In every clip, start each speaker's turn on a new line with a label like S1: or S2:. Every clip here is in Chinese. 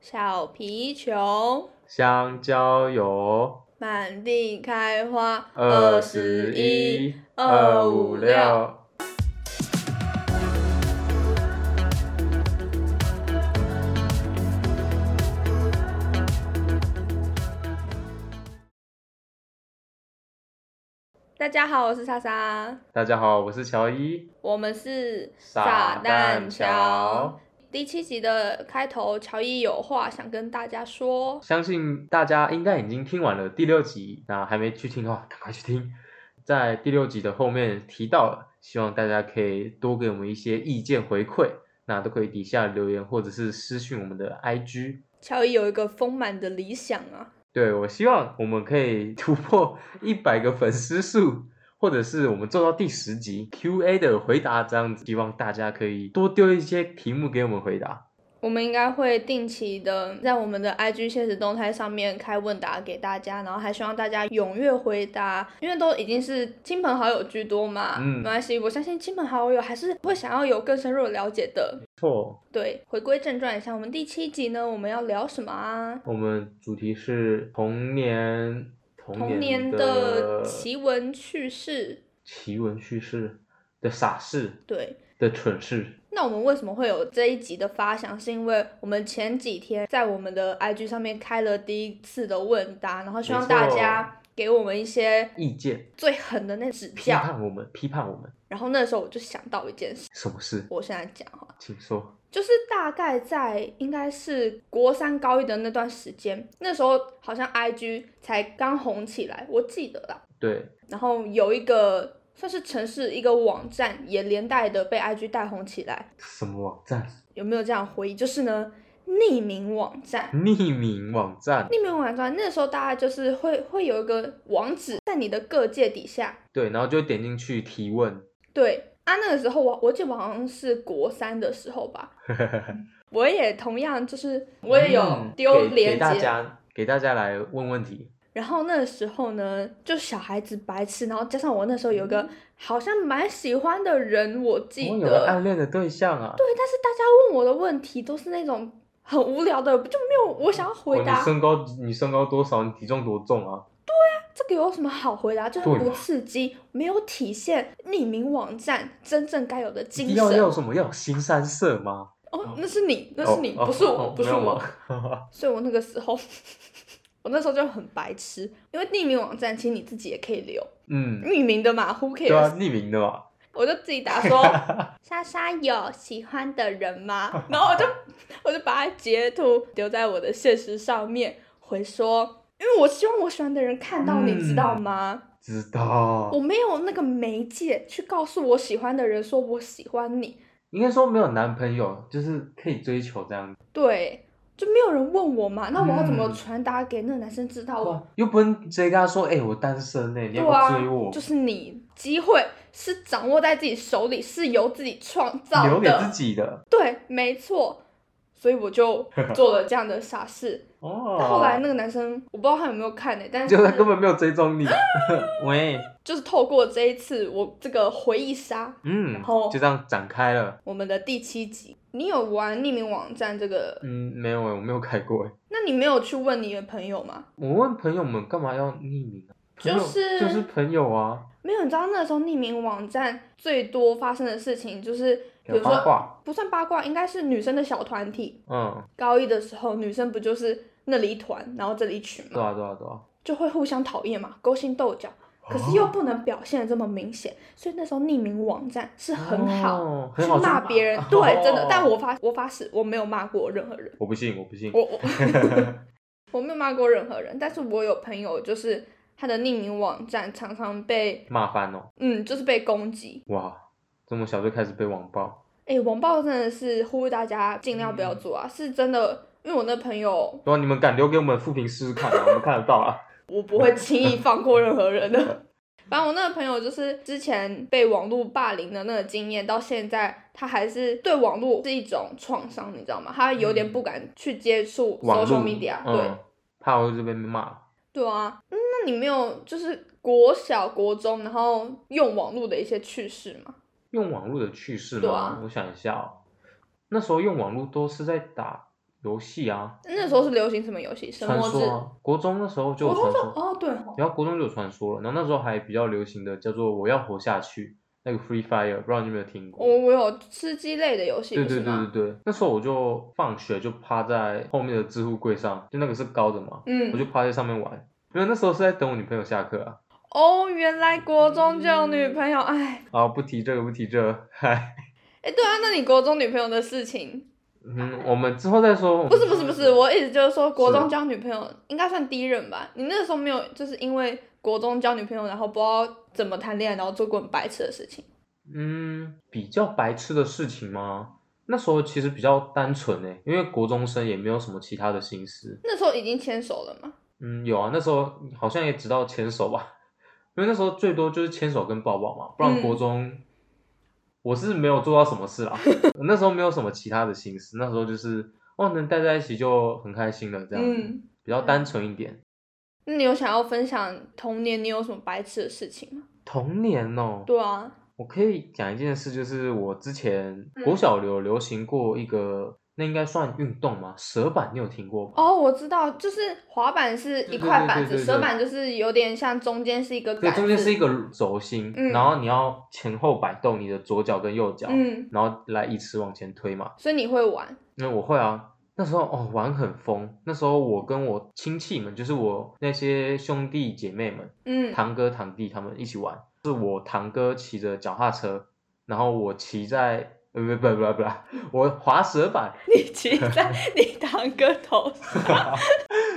S1: 小皮球
S2: 香蕉油
S1: 满地开花，
S2: 二十一、二五六。
S1: 大家好，我是莎莎，
S2: 大家好，我是乔伊。
S1: 我们是
S2: 傻蛋乔
S1: 第七集的开头，乔伊有话想跟大家说。
S2: 相信大家应该已经听完了第六集，那还没去听的话，赶快去听。在第六集的后面提到了，希望大家可以多给我们一些意见回馈，那都可以底下留言或者是私讯我们的 IG。
S1: 乔伊有一个丰满的理想啊，
S2: 对我希望我们可以突破一百个粉丝数，或者是我们做到第十集 Q&A 的回答这样子，希望大家可以多丢一些题目给我们回答。
S1: 我们应该会定期的在我们的 IG 现实动态上面开问答给大家，然后还希望大家踊跃回答，因为都已经是亲朋好友居多嘛，
S2: 嗯
S1: 没关系，我相信亲朋好友还是会想要有更深入的了解的。
S2: 错，
S1: 对，回归正传一下，我们第七集呢，我们要聊什么啊？
S2: 我们主题是童年，
S1: 童
S2: 童
S1: 年
S2: 的
S1: 的奇闻趣事。
S2: 奇闻趣事的傻事
S1: 对，
S2: 的蠢事。
S1: 那我们为什么会有这一集的发想？是因为我们前几天在我们的 IG 上面开了第一次的问答，然后希望
S2: 没错
S1: 大家给我们一些
S2: 意见
S1: 最狠的那指
S2: 批
S1: 教。
S2: 判我们，批判我们，
S1: 然后那时候我就想到一件事，
S2: 什么事？
S1: 我现在讲哈，
S2: 请说。
S1: 就是大概在应该是国三高一的那段时间，那时候好像 IG 才刚红起来，我记得啦。
S2: 对，
S1: 然后有一个算是城市一个网站，也连带的被 IG 带红起来。
S2: 什么网站？
S1: 有没有这样回忆？就是呢，匿名网站。
S2: 匿名网站。
S1: 匿名网站那时候大家就是会会有一个网址在你的各界底下，
S2: 对，然后就点进去提问。
S1: 对啊，那个时候我我记得我好像是国三的时候吧，我也同样就是我也有
S2: 嗯
S1: 丢
S2: 给
S1: 链
S2: 给大
S1: 接，
S2: 家，给大家来问问题。
S1: 然后那时候呢，就小孩子白痴，然后加上我那时候有个好像蛮喜欢的人，我记
S2: 嗯哦我有
S1: 得
S2: 个暗恋的对象啊，
S1: 对，但是大家问我的问题都是那种很无聊的，就没有我想要回
S2: 哦
S1: 答。
S2: 你身高，你身高多少？你体重多重啊？
S1: 这个有什么好回答？就是
S2: 对啊嘛
S1: 不刺激，没有体现匿名网站真正该有的精
S2: 要
S1: 神。
S2: 要什么？要有新三色吗？
S1: 哦，那是你，那是你，
S2: 哦
S1: 不是我，
S2: 哦
S1: 不是
S2: 没有
S1: 我。
S2: 吗
S1: 所以我那个时候， 我那时候就很白痴，因为匿名网站其实你自己也可以留
S2: 嗯，
S1: 匿名的嘛，Who
S2: 对啊，
S1: cares？、
S2: 匿名的嘛。
S1: 我就自己打 说，莎莎有喜欢的人吗？ 然后我就我就把它截图留在我的现实上面，回说，因为我希望我喜欢的人看到，你知道
S2: 嗯
S1: 吗？
S2: 知道
S1: 我，没有那个媒介去告诉我喜欢的人说我喜欢你，
S2: 应该说没有男朋友，就是可以追求这样子。
S1: 对，就没有人问我嘛，那我要怎么
S2: 嗯
S1: 传达给那个男生知道我？
S2: 哇，啊又不能直接跟他说，哎、我单身呢、你
S1: 哦对
S2: 要不
S1: 啊
S2: 要追我？，
S1: 就是你机会是掌握在自己手里，是由自己创造
S2: 留给自
S1: 的，
S2: 己的。
S1: 对，没错。所以我 就做了这样的傻事。
S2: 哦，
S1: 但后来那个男生，我不知道他有没有看呢、但是
S2: 就他根本没有追踪你。 喂，
S1: 就是透过这一次我这个回忆杀，
S2: 嗯，
S1: 然后
S2: 就这样展开了。
S1: 我们的第七集，你有玩匿名网站这个？
S2: 嗯，没有欸，我没有开过欸。
S1: 那你没有去问你的朋友吗？
S2: 我问朋友们干嘛要匿名啊？朋友
S1: 就是
S2: 就是朋友啊，
S1: 没有，你知道那时候匿名网站最多发生的事情就是，比
S2: 有
S1: 如
S2: 八
S1: 说
S2: 卦，
S1: 不算八卦，应该是女生的小团体。
S2: 嗯，
S1: 高一的时候，女生不就是那里一团，然后这里一群
S2: 对
S1: 嘛，
S2: 啊对啊对啊。
S1: 就会互相讨厌嘛，勾心斗角。可是又不能表现的这么明显，所以那时候匿名网站是很好，
S2: 哦
S1: 去
S2: 很好
S1: 骂
S2: 去
S1: 别人。
S2: 哦
S1: 对，真的。但我发我发誓，我没有骂过任何人。
S2: 我不信，我不信。
S1: 我我我没有骂过任何人，但是我有朋友就是他的匿名网站常常被
S2: 骂翻哦，
S1: 嗯就是被攻击。
S2: 哇，这么小就开始被网暴，
S1: 哎、网暴真的是呼吁大家尽量
S2: 嗯
S1: 不要做啊，是真的，因为我那朋友
S2: 对啊，你们敢留给我们复评试试看啊，我们看得到 啊。
S1: 我不 会轻易放过任何人的。 反正我那个朋友就是之前被网络霸凌的那个经验，到现在他还是对网络是一种创伤，你知道吗？他有点不敢去接触
S2: 嗯网络
S1: social media，、对，啊
S2: 嗯，怕我这边被骂。
S1: 对啊，嗯那你没有就是国小、国中，然后用网络的一些趣事吗？
S2: 用网络的趣事
S1: 对
S2: 吗？
S1: 啊
S2: 我想一下哦，那时候用网络都是在打游戏啊，
S1: 那时候是流行什么游戏？神
S2: 传
S1: 魔志
S2: 说、。啊，国中那时候就
S1: 我
S2: 有
S1: 说
S2: 传
S1: 这
S2: 说，
S1: 哦，对哦，
S2: 然后国中就有传说了，然后那时候还比较流行的叫做我要活下去，那个 Free Fire，不知道你有没有听过？
S1: 哦我我有吃鸡类的游戏，
S2: 对
S1: 不
S2: 对
S1: 是
S2: 对对
S1: 吗？
S2: 对，那时候我就放学就趴在后面的置物柜上，就那个是高的嘛，我就
S1: 嗯，
S2: 趴在上面玩，因为那时候是在等我女朋友下课啊。
S1: 哦，原来国中就有女朋友，哎，
S2: 啊，不提这个，不提这个，嗨，
S1: 哎，对啊，那你国中女朋友的事情，
S2: 嗯，我们之后再说。
S1: 不是不是不是，我一直就是说国中
S2: 是啊
S1: 交女朋友应该算第一任吧？你那时候没有就是因为国中交女朋友，然后不知道怎么谈恋爱，然后做过很白痴的事情。
S2: 嗯，比较白痴的事情吗？那时候其实比较单纯诶，因为国中生也没有什么其他的心思。
S1: 那时候已经牵手了嘛？
S2: 嗯，有啊，那时候好像也只到牵手吧，因为那时候最多就是牵手跟抱抱嘛，不然
S1: 嗯
S2: 国中、我是没有做到什么事啦。 我那时候没有什么其他的心思，那时候就是哦能待在一起就很开心了，这样子、
S1: 嗯，
S2: 比较单纯一点。
S1: 那你有想要分享童年你有什么白痴的事情吗？
S2: 童年哦，
S1: 对啊，
S2: 我可以讲一件事，就是我之前
S1: 嗯
S2: 国小有流行过一个，那应该算运动吗？蛇板你有听过吧？
S1: 哦，我知道，就是滑板是一块板子，
S2: 对对对对对对
S1: 蛇板就是有点像中间是一个
S2: 对，
S1: 杆子，
S2: 中间是一个轴心，
S1: 嗯
S2: 然后你要前后摆动你的左脚跟右脚，
S1: 嗯，
S2: 然后来依次往前推嘛。
S1: 所以你会玩，
S2: 因为我会啊，那时候哦玩很疯，那时候我跟我亲戚们，就是我那些兄弟姐妹们，
S1: 嗯，
S2: 堂哥堂弟他们一起玩，是我堂哥骑着脚踏车，然后我骑在。呃不不不不，我滑蛇板，
S1: 你骑在你堂哥头上，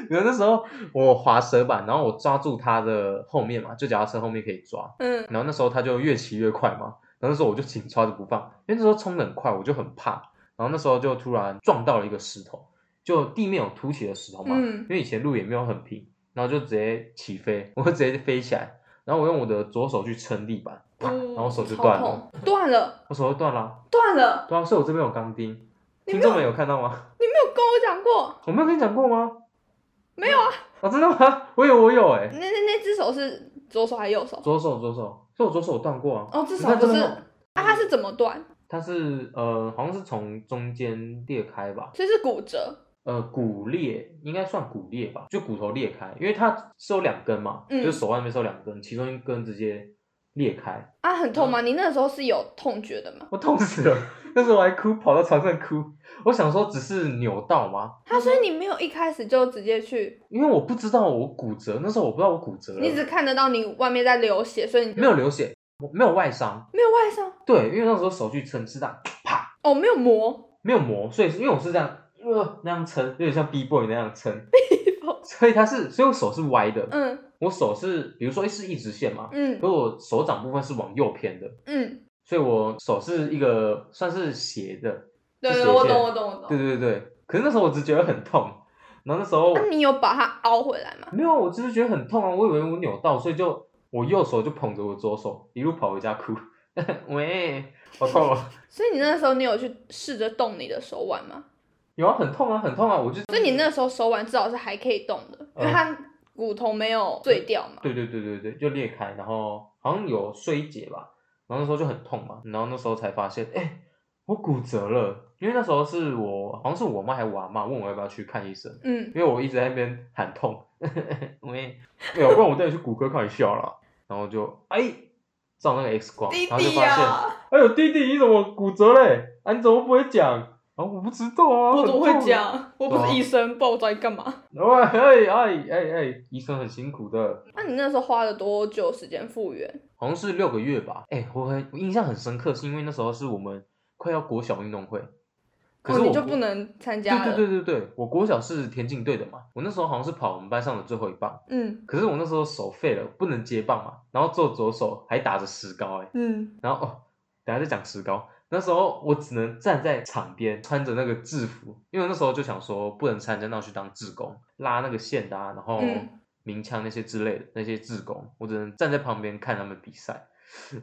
S2: 然后那时候我滑蛇板，然后我抓住他的后面嘛，就脚踏车后面可以抓，
S1: 嗯，
S2: 然后那时候他就越骑越快嘛，然后那时候我就紧抓着不放，因为那时候冲得很快，我就很怕，然后那时候就突然撞到了一个石头，就地面有凸起的石头嘛，
S1: 嗯
S2: 因为以前路也没有很平，然后就直接起飞，我就直接飞起来，然后我用我的左手去撑地板，啪，然后手就
S1: 超
S2: 断了，
S1: 哦痛，断了，
S2: 我手就断了，
S1: 断了，
S2: 对啊，所以我这边有钢钉，
S1: 你
S2: 听
S1: 没有
S2: 众们有看到吗？
S1: 你没有跟我讲过，
S2: 我没有跟你讲过吗？
S1: 没有啊，
S2: 哦，真的吗？我有，我有、欸，
S1: 那那那只手是左手还是右手？
S2: 左手，左手，所以我左手断过啊。
S1: 哦，至
S2: 你
S1: 少
S2: 看
S1: 不
S2: 这
S1: 是
S2: 边
S1: 啊，它是怎么断？
S2: 它是呃，好像是从中间裂开吧，
S1: 所以是骨折，
S2: 呃，骨裂应该算骨裂吧，就骨头裂开，因为它是有两根嘛，
S1: 嗯
S2: 就是手腕那边是有两根，其中一根直接裂开，
S1: 啊，很痛吗？
S2: 嗯
S1: 你那时候是有痛觉的吗？
S2: 我痛死了， 那时候我还哭，跑到床上哭，我想说只是扭到吗？
S1: 啊，所以你没有一开始就直接去，
S2: 因为我不知道我骨折，那时候我不知道我骨折了，
S1: 你只看得到你外面在流血，所以你就
S2: 嗯没有流血，我没有外伤，
S1: 没有外伤
S2: 对，因为那时候手去撑是这样，啪，
S1: 哦，没有磨，
S2: 没有磨，所以是因为我是这样。呃，那样撑，有点像 B boy 那样撑
S1: boy，
S2: 所以它是，所以我手是歪的，
S1: 嗯
S2: 我手是，比如说是一直线嘛，
S1: 嗯
S2: 可我手掌部分是往右偏的，
S1: 嗯，
S2: 所以我手是一个算是斜的。
S1: 对
S2: 是
S1: 对，
S2: 斜
S1: 我
S2: 线
S1: 懂我懂我懂。
S2: 对对对，可是那时候我只觉得很痛，然后那时候、
S1: 那你有把它凹回来吗？
S2: 没有，我只是觉得很痛啊，我以为我扭到，所以就我右手就捧着我左手一路跑回家哭， 喂，好痛啊！
S1: 所以你那时候你有去试着动你的手腕吗？
S2: 有啊，很痛啊，很痛啊！我就
S1: 所以你那时候手腕至少是还可以动的，因为
S2: 嗯
S1: 它骨头没有碎掉嘛。
S2: 对对对对对，就裂开，然后好像有衰竭吧，然后那时候就很痛嘛，然后那时候才发现，哎、我骨折了，因为那时候是我好像是我妈还是我阿妈问我要不要去看医生，
S1: 嗯，
S2: 因为我一直在那边喊痛， 我也没有，不然我带你去骨科看一下啦。然后就哎，照那个 X 光，
S1: 弟
S2: 然后就
S1: 弟啊
S2: 发现，
S1: 呀，
S2: 哎呦弟弟你怎么骨折嘞？啊你怎么不会讲？啊我不知道啊，
S1: 我怎么
S2: 很
S1: 会
S2: 痛
S1: 这？样？我不
S2: 对啊
S1: 是医生，不知道我找你干嘛？
S2: 哎哎哎哎哎，医生很辛苦的。
S1: 那你那时候花了多久时间复原？
S2: 好像是六个月吧。哎、我很我印象很深刻，是因为那时候是我们快要国小运动会，可
S1: 哦，
S2: 是我、
S1: 你就不能参加了。
S2: 对对对对对，我国小是田径队的嘛，我那时候好像是跑我们班上的最后一棒，
S1: 嗯
S2: 可是我那时候手废了，不能接棒嘛，然后做左手还打着石膏、哎，
S1: 嗯，
S2: 然后哦，等一下再讲石膏。那时候我只能站在场边，穿着那个制服，因为那时候就想说不能参加，那我去当志工，拉那个线的、啊，然后
S1: 嗯
S2: 鸣枪那些之类的那些志工，我只能站在旁边看他们比赛。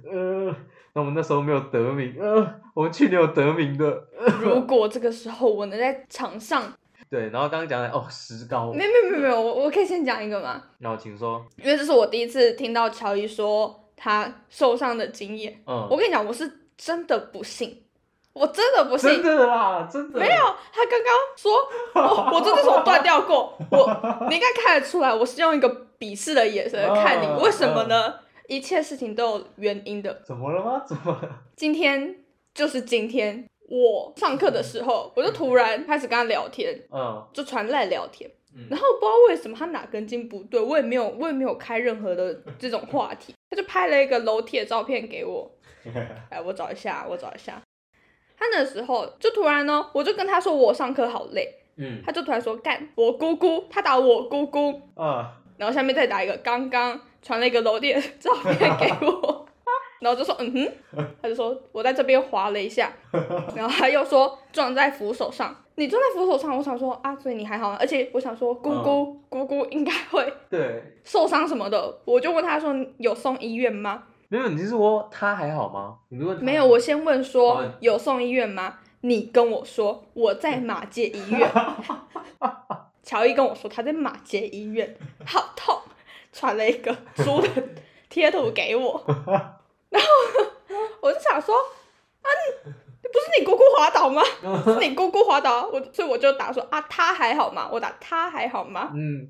S2: 呃，那我们那时候没有得名，呃，我们去年有得名的，
S1: 如果这个时候我能在场上，
S2: 对。然后刚刚讲的哦，石膏，
S1: 没有没有没有没有，我我可以先讲一个吗？
S2: 然后请说，
S1: 因为这是我第一次听到乔伊说他受伤的经验。
S2: 嗯，
S1: 我跟你讲，我是真的不信，我真的不信。
S2: 真的啦，真的
S1: 没有，他刚刚说，哦我我这只手断掉过，我你应该看得出来，我是用一个鄙视的眼神看你，
S2: 嗯
S1: 为什么呢？一切事情都有原因的。
S2: 怎么了吗？怎么了？
S1: 今天就是今天，我上课的时候，我就突然开始跟他聊天，
S2: 嗯
S1: 就传赖聊天，然
S2: 嗯
S1: 后不知道为什么他哪根筋不对，我也没有我也没有开任何的这种话题，他就拍了一个楼梯的照片给我，
S2: 嗯
S1: 哎，我找一下，我找一下。他那时候就突然呢，我就跟他说我上课好累，
S2: 嗯
S1: 他就突然说干我姑姑，他打我姑姑，
S2: 啊，
S1: 然后下面再打一个刚刚传了一个楼店的照片给我， 然后就说嗯哼，他就说我在这边划了一下，然后他又说撞在扶手上，你撞在扶手上，我想说啊，所以你还好吗，而且我想说姑姑、姑姑应该会
S2: 对，
S1: 受伤什么的，我就问他说有送医院吗？
S2: 没有，你是说他还好吗？你问他
S1: 没有，我先问说
S2: 哦
S1: 有送医院吗？你跟我说我在马街医 院。乔伊跟我说他在马街医院，好痛，传了一个猪的贴图给我，然后呢我就想说，啊，你不是你姑姑滑倒吗？是你姑姑滑倒，我所以我就打说啊，他还好吗？我打他还好吗？
S2: 嗯，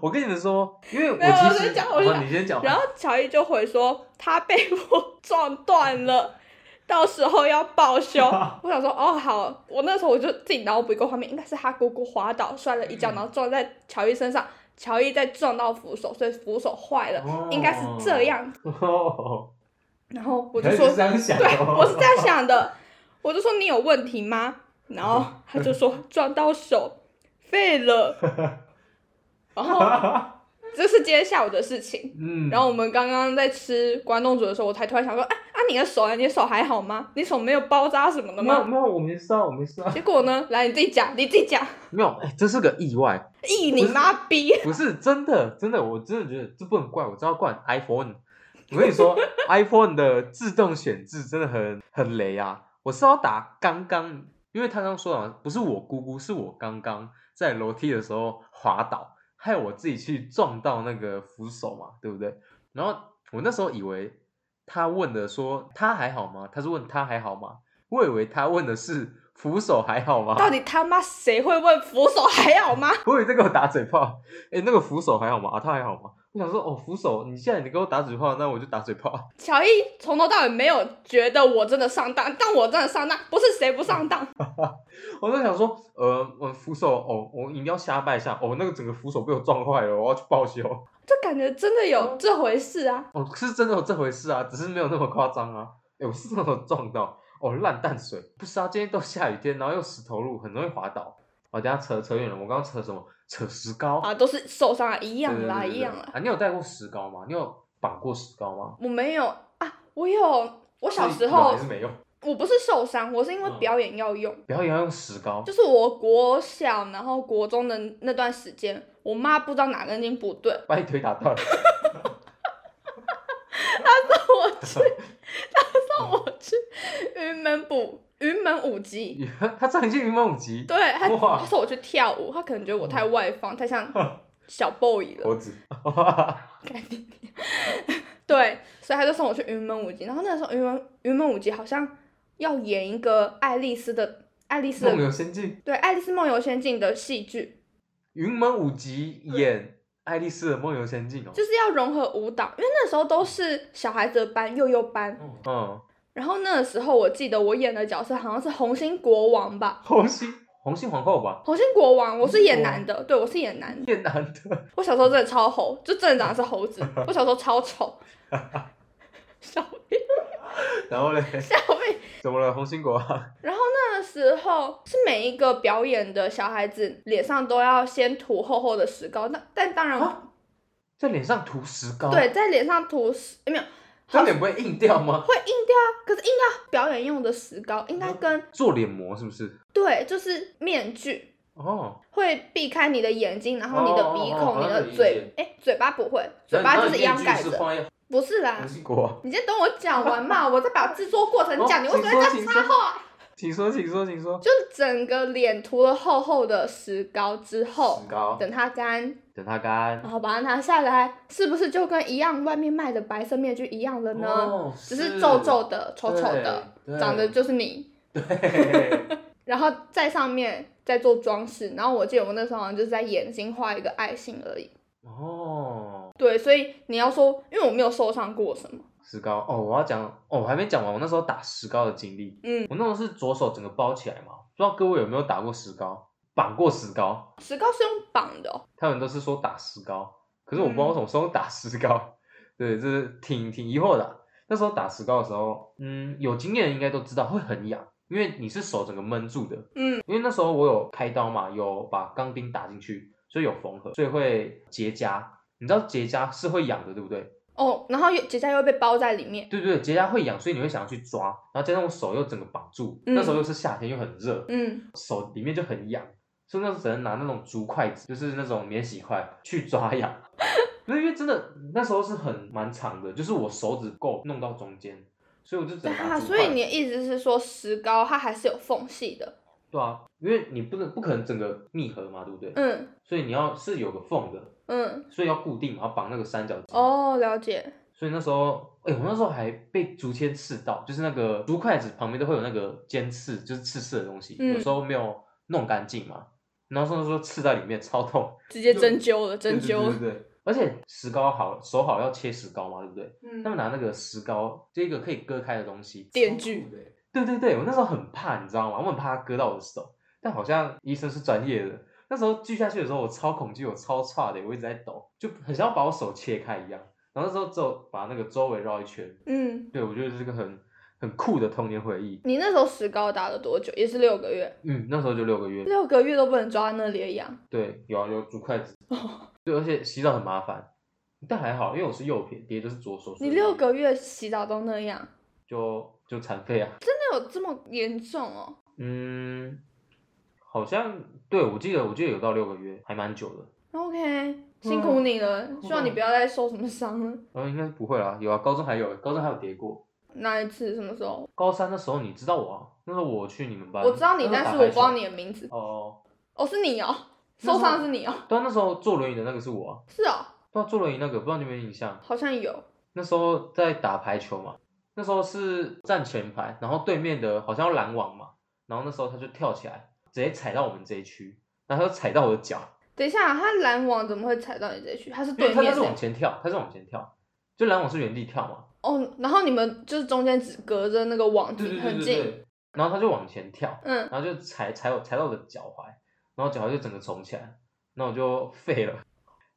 S2: 我跟你们说，因为我
S1: 没有我
S2: 其
S1: 先
S2: 实，
S1: 讲我先
S2: 哦
S1: 讲
S2: 你先讲，
S1: 然后乔伊就回说他被我撞断了，到时候要报 修。我想说哦好，我那时候我就自己脑补一个画面，应该是他姑姑滑倒摔了一跤，然后撞在乔伊身上，乔伊再撞到扶手，所以扶手坏了，
S2: 哦
S1: 应该是这。样。
S2: 哦，
S1: 然后我
S2: 我
S1: 就说，
S2: 哎这样想的
S1: 对
S2: 哦，
S1: 我是这样想的，我就说你有问题吗？然后他就说撞到手废 了，然后这是今天下午的事情。
S2: 嗯，
S1: 哦然后我们刚刚在吃关东煮的时候，我才突然想说，哎啊，你的手啊，你的手还好吗？你手没有包扎什么的
S2: 没有
S1: 吗？
S2: 没有，我没事啊，我没事啊，
S1: 结果呢，来你自己讲，你自己讲，
S2: 没有，哎，这是个意外，
S1: 咦，你妈逼！
S2: 不是真的，真的，我真的觉得这不能怪，我知道怪 iPhone。我跟你说，iPhone 的自动选字真的很很雷啊！我是要打刚刚，因为他刚说了，不是我姑姑，是我刚刚在楼梯的时候滑倒，害我自己去撞到那个扶手嘛，对不对？然后我那时候以为他问的说他还好吗？他是问他还好吗？我以为他问的是扶手还好吗？
S1: 到底他妈谁会问扶手还好吗？
S2: 我以为在给我打嘴炮。 哎、那个扶手还好吗？啊，他还好吗？我想说，哦，扶手，你现在你给我打嘴炮，那我就打嘴炮。
S1: 乔伊从头到尾没有觉得我真的上当，但我真的上当，不是谁不上当，
S2: 嗯我在想说，呃，我扶手，哦，我一定要瞎掰一下，哦，那个整个扶手被我撞坏了，我要去报修。
S1: 就感觉真的有这回事啊！
S2: 哦，是真的有这回事啊，只是没有那么夸张啊。哎、我是真的有撞到，哦，烂淡水，不是啊，今天都下雨天，然后又石头路，很容易滑倒。哦，等一下扯扯远了，我刚刚扯什么？扯石膏
S1: 啊，都是受伤啊，一
S2: 一
S1: 样啦，一样啦。
S2: 啊，你有带过石膏吗？你有绑过石膏吗？
S1: 我没有啊，我有，我小时
S2: 有
S1: 候
S2: 还是没用，
S1: 我不是受伤，我是因为
S2: 嗯
S1: 表演要用。
S2: 表演要用石膏。
S1: 就是我国小，然后国中的那段时间，我妈不知道哪根筋不对，
S2: 把你腿打断了。
S1: 我去，她让我去云门舞云门舞集，
S2: 他上一届云梦五级，
S1: 对，她
S2: 嗯哇
S1: 她说我去跳舞，她可能觉得我太外放，太像小 boy 了，
S2: 猴子，嗯
S1: 干你娘 对，所以她就送我去云门舞集，然后那时候云门云门舞集好像要演一个爱丽丝的爱丽丝
S2: 梦
S1: 的
S2: 游仙境，
S1: 对《爱丽丝梦游仙境》的戏剧，
S2: 云门舞集演爱丽丝的梦游仙境哦。
S1: 就是要融合舞蹈，因为那时候都是小孩子的班、幼幼班。
S2: 嗯，
S1: 然后那时候我记得我演的角色好像是红心国王吧，
S2: 红心红心皇后吧，
S1: 红心国王，我是演
S2: 红心国王
S1: 男的，对我是演男的。
S2: 越南的，
S1: 我小时候真的超猴，就真的长得是猴子，我小时候超丑。小屁
S2: 然后嘞，
S1: 小屁，
S2: 怎么了？红心国啊，
S1: 然后那时候是每一个表演的小孩子脸上都要先涂厚厚的石膏，但但当然、
S2: 啊在脸上涂石膏，
S1: 对，，在脸上涂石没有
S2: 他脸不会硬掉吗？
S1: 会硬掉啊，可是硬掉表演用的石膏应该跟
S2: 做脸膜是不是？
S1: 对，就是面具
S2: 哦，
S1: 会避开你的眼睛，然后你的鼻
S2: 哦哦
S1: 孔、
S2: 哦
S1: 你
S2: 好像
S1: 的
S2: 有意
S1: 嘴
S2: 见，
S1: 哎、嘴巴不会，嘴巴就是一样盖着。
S2: 着。
S1: 不是啦
S2: 红，心国，
S1: 你先等我讲完嘛，我再把制作过程啊讲。
S2: 哦
S1: 你为什么要这
S2: 请
S1: 样
S2: 说
S1: 插话？
S2: 请说，请说，请说。
S1: 就是整个脸涂了厚厚的石膏之后
S2: 石，膏，
S1: 等它干，
S2: 等它干
S1: 然。后把它拿下来，是不是就跟一样外面卖的白色面具一样了呢？
S2: 哦
S1: 只是皱皱的、丑丑的，
S2: 对对
S1: 长得就是你。
S2: 对，
S1: 然后在上面再做装饰。然后我记得我那时候好像就是在眼睛画一个爱心而已。
S2: 哦，
S1: 对，所以你要说，因为我没有受伤过什么，
S2: 石膏哦，我要讲哦，我还没讲完，我那时候打石膏的经历，
S1: 嗯，
S2: 我那时候是左手整个包起来嘛，不知道各位有没有打过石膏，绑过石膏，
S1: 石膏是用绑的、哦，
S2: 他们都是说打石膏，可是我不知道为什么说打石膏，
S1: 嗯
S2: 对，这是挺挺疑惑的啊、那时候打石膏的时候，嗯，有经验的应该都知道会很痒，因为你是手整个闷住的，
S1: 嗯，
S2: 因为那时候我有开刀嘛，有把钢钉打进去，所以有缝合，所以会结痂。你知道结痂是会痒的，对不对？
S1: 哦，然后又指甲又被包在里面，
S2: 对对，结痂会痒，所以你会想要去抓，然后加上我手又整个绑住，
S1: 嗯
S2: 那时候又是夏天又很热，
S1: 嗯，
S2: 手里面就很痒，所以那时候只能拿那种竹筷子，就是那种免洗筷去抓痒。 那因为真的那时候是很蛮长的，就是我手指够弄到中间，所以我就只能拿
S1: 啊，
S2: 竹
S1: 所
S2: 筷。
S1: 以你的意思是说石膏它还是有缝隙的，
S2: 对啊，因为你不能不可能整个密合嘛，对不对？
S1: 嗯
S2: 所以你要是有个缝的，
S1: 嗯，
S2: 所以要固定嘛，要绑那个三角巾。
S1: 哦，了解，
S2: 所以那时候，哎、我那时候还被竹签刺到，就是那个竹筷子旁边都会有那个尖刺，就是刺刺的东西，
S1: 嗯
S2: 有时候没有弄干净嘛，然后那时候刺在里面超痛，
S1: 直接针灸了，针
S2: 对
S1: 灸
S2: 对对，对对而且石膏好手好要切石膏嘛，对不对？他
S1: 嗯，
S2: 们拿那个石膏，这个可以割开的东西，
S1: 电锯，
S2: 欸对对对，我那时候很怕，你知道吗？我很怕它割到我的手，但好像医生是专业的。那时候锯下去的时候，我超恐惧，我超差的，我一直在抖，就很像要把我手切开一样。然后那时候只有把那个周围绕一圈，
S1: 嗯，
S2: 对我觉得这是个很很酷的童年回忆。
S1: 你那时候石膏打了多久？也是六个月，
S2: 嗯，那时候就六个月，
S1: 六个月都不能抓那里的痒，
S2: 对，有啊有竹筷子，
S1: 哦
S2: 对，而且洗澡很麻烦，但还好，因为我是右撇，爹就是左手。所
S1: 你
S2: 以
S1: 六个月洗澡都那样，
S2: 就就残废啊。
S1: 真的有这么严重哦？
S2: 嗯，好像对我记得我记得有到六个月，还蛮久的。
S1: OK，辛
S2: 嗯
S1: 苦你了，希望你不要再受什么伤了。
S2: 然后应该是不会啦，有啊，高中还有，高中还有叠过。
S1: 哪一次？什么时候？
S2: 高三的时候你知道我啊，那时候我去你们班，
S1: 我知道你，
S2: 啊那时
S1: 但是我
S2: 候打排
S1: 不
S2: 球
S1: 知道你的名字。
S2: 哦，
S1: 哦，是你哦，
S2: 那时候
S1: 受伤的是你哦，
S2: 对啊，那时候坐轮椅的那个是我啊，
S1: 是哦，
S2: 对啊，坐轮椅那个不知道你们有没有印象，
S1: 好像有。
S2: 那时候在打排球嘛，那时候是站前排，然后对面的好像要拦网嘛，然后那时候他就跳起来，直接踩到我们这一区，然后他就踩到我的脚，
S1: 等一下，他拦网怎么会踩到你这去？他是
S2: 因
S1: 对
S2: 为他
S1: 面
S2: 他是往
S1: 的
S2: 前跳，他是往前跳，就拦网是原地跳嘛，
S1: 哦，然后你们就是中间只隔着那个网
S2: 对对
S1: 子，
S2: 对
S1: 很
S2: 对
S1: 近。
S2: 对，然后他就往前跳，
S1: 嗯，
S2: 然后就踩踩我踩到我的脚踝，然后脚踝就整个肿起来，那我就废了。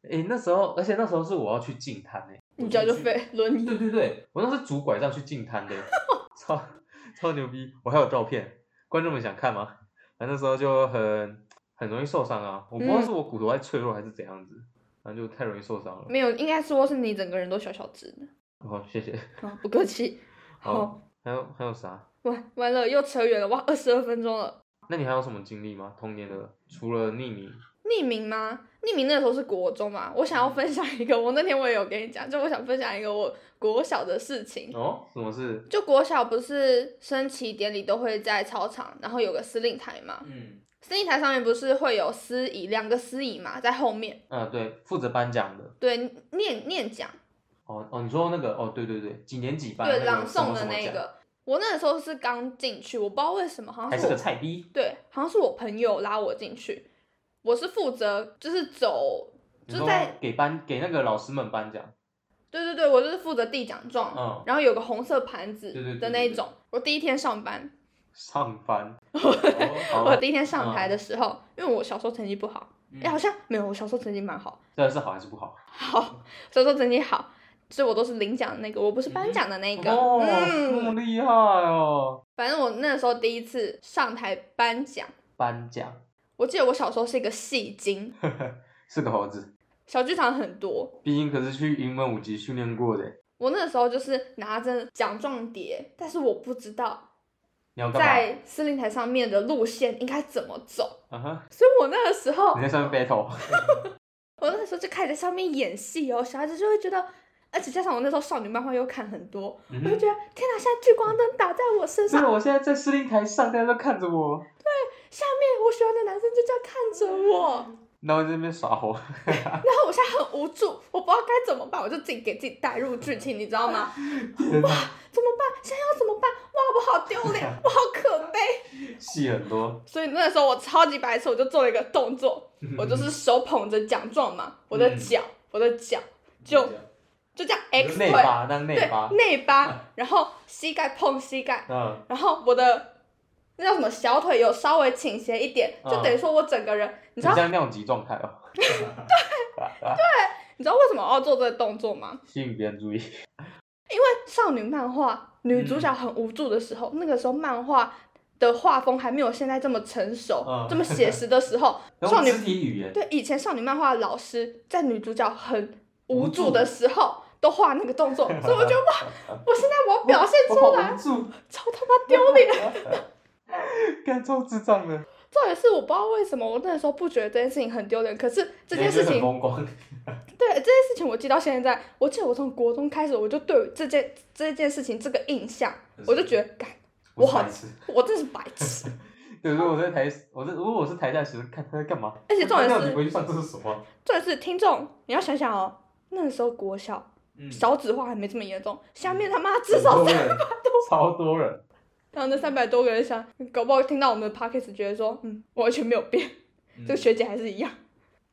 S2: 诶，那时候，而且那时候是我要去净滩诶，
S1: 你脚就
S2: 我去。
S1: 飞轮椅。
S2: 对对对，我那是拄拐杖去净滩的，超超牛逼！我还有照片，观众们想看吗？反正那时候就很很容易受伤啊，我不知道
S1: 嗯
S2: 是我骨头太脆弱还是怎样子，反正就太容易受伤了。
S1: 没有，应该说是你整个人都小小只的。
S2: 好、谢谢。
S1: 啊，不客气。好，
S2: 好，还有还有啥？
S1: 完完了，又扯远了。哇，二十二分钟了。
S2: 那你还有什么经历吗？童年的除了匿名，
S1: 匿名吗？匿名那时候是国中嘛，我想
S2: 嗯
S1: 要分享一个，我那天我也有跟你讲，就我想分享一个我国小的事情。
S2: 哦，什么事？
S1: 就国小不是升旗典礼都会在操场，然后有个司令台嘛，
S2: 嗯，
S1: 司令台上面不是会有司仪，两个司仪嘛在后面，
S2: 啊，对，负责颁奖的。
S1: 对，念念讲，
S2: 哦哦，你说那个哦，对对对，几年几班？
S1: 对，
S2: 那个
S1: 朗诵的
S2: 什么什
S1: 那
S2: 么奖，
S1: 个。我那个时候是刚进去，我不知道为什么，好
S2: 还
S1: 像
S2: 是
S1: 是
S2: 个
S1: 我
S2: 菜逼。
S1: 对，好像是我朋友拉我进去，我是负责就是走，
S2: 你
S1: 就
S2: 说
S1: 在
S2: 给班给那个老师们颁奖。
S1: 对对对，我就是负责递奖状，
S2: 嗯，
S1: 然后有个红色盘子
S2: 对对对
S1: 的那一种。我第一天上班，
S2: 上 班。哦啊
S1: 我
S2: 我
S1: 第一天上
S2: 嗯
S1: 台的时候，因为我小时候成绩不好，哎、好像没有，我小时候成绩蛮好，
S2: 这是好还是不好？
S1: 好，小时候成绩好，所以我都是领奖的那个，我不是颁奖的那个。
S2: 哦，这么
S1: 嗯，
S2: 厉害哦！
S1: 反正我那时候第一次上台颁奖，
S2: 颁奖
S1: 我记得我小时候是一个戏精，
S2: 是个猴子，
S1: 小剧场很多。
S2: 毕竟可是去云门舞集训练过的。
S1: 我那时候就是拿着奖状碟，但是我不知道
S2: 你要干嘛？
S1: 在司令台上面的路线应该怎么走，
S2: 嗯哼，
S1: 所以我那个时候
S2: 你在上面
S1: 哦
S2: battle。
S1: 我那时候就开始在上面演戏哦，小孩子就会觉得，而且加上我那时候少女漫画又看很多，
S2: 嗯
S1: 我就
S2: 哼
S1: 觉得天哪，现在聚光灯打在我身
S2: 是
S1: 上，
S2: 我现在在司令台上，大家都看着我。
S1: 下面我喜欢的男生就这样看着我，
S2: 然后在那边耍猴，
S1: 然后我现在很无助，我不知道该怎么办，我就自己给自己带入剧情，你知道吗？
S2: 天哪，
S1: 怎么办？现在要怎么办？哇，我好丢 脸，我好可悲。
S2: 戏很多，
S1: 所以那时候我超级白痴，我就做了一个动作，
S2: 嗯
S1: 我就是手捧着奖状嘛，我的脚，我的脚就就这样 X
S2: 嗯内
S1: 腿，
S2: 八，当内八
S1: 对，，内八，然后膝盖碰膝盖，
S2: 嗯，
S1: 然后我的那叫什么小腿有稍微倾斜一点，
S2: 嗯
S1: 就等于说我整个人，你
S2: 很
S1: 知道
S2: 像尿急状态哦，
S1: 你知道为什么我要做这个动作吗？
S2: 吸引别人注意，
S1: 少女漫画女主
S2: 嗯
S1: 角很无助的时候，那个时候漫画。的画风还没有现在这么成熟、
S2: 嗯
S1: 这么写实的时候，
S2: 然
S1: 少
S2: 后
S1: 女
S2: 肢体语言，
S1: 对，以前少女漫画的老师在女主角很无
S2: 无
S1: 助
S2: 助
S1: 的时候都画那个动 作，所以我觉得哇，我现在我要表现
S2: 我
S1: 出
S2: 好
S1: 来
S2: 无，助，
S1: 超他妈丢脸。
S2: 干超智障的，
S1: 重点是我不知道为什么我那时候不觉得这件事情很丢脸，可是这件事
S2: 感觉很
S1: 情，
S2: 风光，
S1: 对这件事情我记到现在，我记得我从国中开始我就对这件这件事情这个印象， 我就觉得，干，我好
S2: 白痴，
S1: 我真是白痴。
S2: 对，如果我在台，我在如果我是台下学生，看他在干嘛？
S1: 而且重点
S2: 尿
S1: 是
S2: 急回去上厕所吗？
S1: 重点是听众，你要想想哦，那时候国小
S2: 嗯
S1: 少子化还没这么严重，下面他妈至少
S2: 很多
S1: 三
S2: 人超多人，
S1: 然后那三百多个人想，搞不好听到我们的 podcast 觉得说，嗯，我完全没有变，
S2: 嗯
S1: 这个学姐还是一样。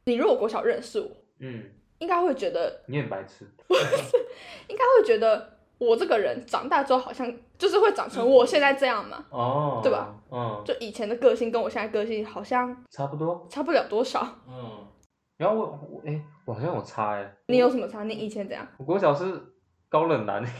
S1: 你如果国小认识我，
S2: 嗯，
S1: 应该会觉得，
S2: 你很白痴，
S1: 应该会觉得我这个人长大之后好像就是会长成我现在这样嘛，
S2: 哦，
S1: 对吧？
S2: 嗯，
S1: 就以前的个性跟我现在个性好像
S2: 差不多，
S1: 差不了多少。
S2: 嗯。然后我我哎、我好像有差哎、
S1: 你有什么差？你以前怎样？
S2: 我国小是高冷男。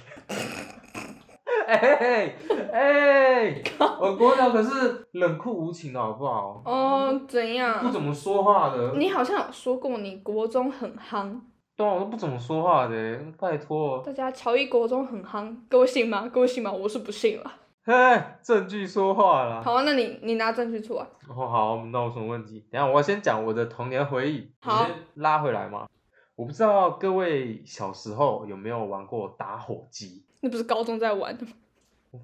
S2: 哎哎、我国小可是冷酷无情的啊好不好？
S1: 哦，怎
S2: 不
S1: 样？
S2: 怎么说话的。
S1: 你好像有说过，你国中很夯，
S2: 对啊，我都不怎么说话的、拜托。
S1: 大家乔伊国中很夯，各位信吗？各位信吗？我是不信了。
S2: 嘿，哎证据说话啦。
S1: 好啊，那你你拿证据出来。
S2: 哦，好，那有什么问题？等一下我先讲我的童年回忆，
S1: 好
S2: 你先拉回来嘛。我不知道各位小时候有没有玩过打火机，
S1: 那不是高中在玩的吗？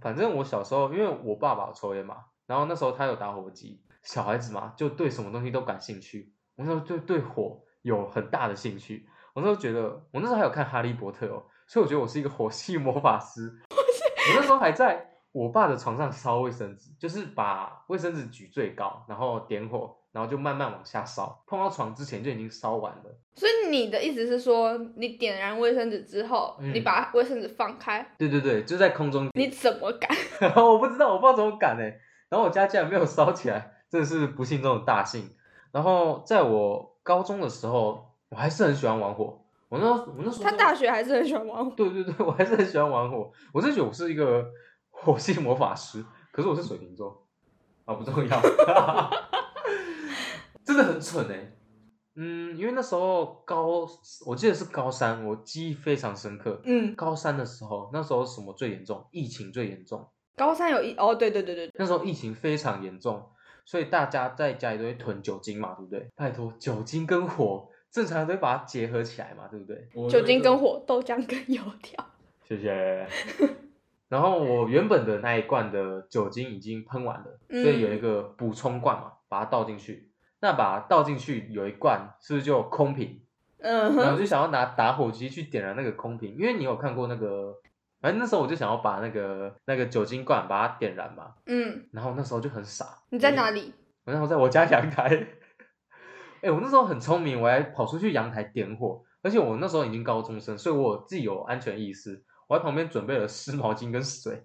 S2: 反正我小时候，因为我爸爸有抽烟嘛，然后那时候他有打火机，小孩子嘛就对什么东西都感兴趣，我那时候就对火有很大的兴趣。我那时候觉得，我那时候还有看《哈利波特》哦，所以我觉得我是一个火系魔法师。我那时候还在我爸的床上烧卫生纸，就是把卫生纸举最高，然后点火，然后就慢慢往下烧，碰到床之前就已经烧完了。
S1: 所以你的意思是说，你点燃卫生纸之后，
S2: 嗯
S1: 你把卫生纸放开，
S2: 对对对，就在空中
S1: 你怎么敢？
S2: 我不知道，我不知道怎么赶哎、然后我家竟然没有烧起来，真的是不幸中的大幸。然后在我高中的时候，我还是很喜欢玩火。我那我那时候
S1: 他大学还是很喜欢玩火，嗯
S2: 对对对，我还是很喜欢玩火。我是觉得我是一个火系魔法师，可是我是水瓶座，啊不重要， 真的很蠢哎、嗯，因为那时候高，我记得是高三，我记忆非常深刻。
S1: 嗯，
S2: 高三的时候，那时候什么最严重？疫情最严重。
S1: 高三有一哦，对对对对对，
S2: 那时候疫情非常严重，所以大家在家里都会囤酒精嘛，对不对？拜托，酒精跟火正常人都会把它结合起来嘛，对不对？
S1: 酒精跟火，豆浆跟油条，
S2: 谢谢。然后我原本的那一罐的酒精已经喷完了，
S1: 嗯
S2: 所以有一个补充罐嘛，把它倒进去。那把它倒进去有一罐，是不是就空瓶？
S1: 嗯
S2: 然后
S1: 哼，
S2: 我就想要拿打火机去点燃那个空瓶，因为你有看过那个，反正那时候我就想要把那个那个酒精罐把它点燃嘛。
S1: 嗯，
S2: 然后那时候就很傻，
S1: 你在
S2: 我就
S1: 哪里？
S2: 我那时候在我家阳台，哎、我那时候很聪明，我还跑出去阳台点火，而且我那时候已经高中生，所以我自己有安全意识，我在旁边准备了湿毛巾跟水，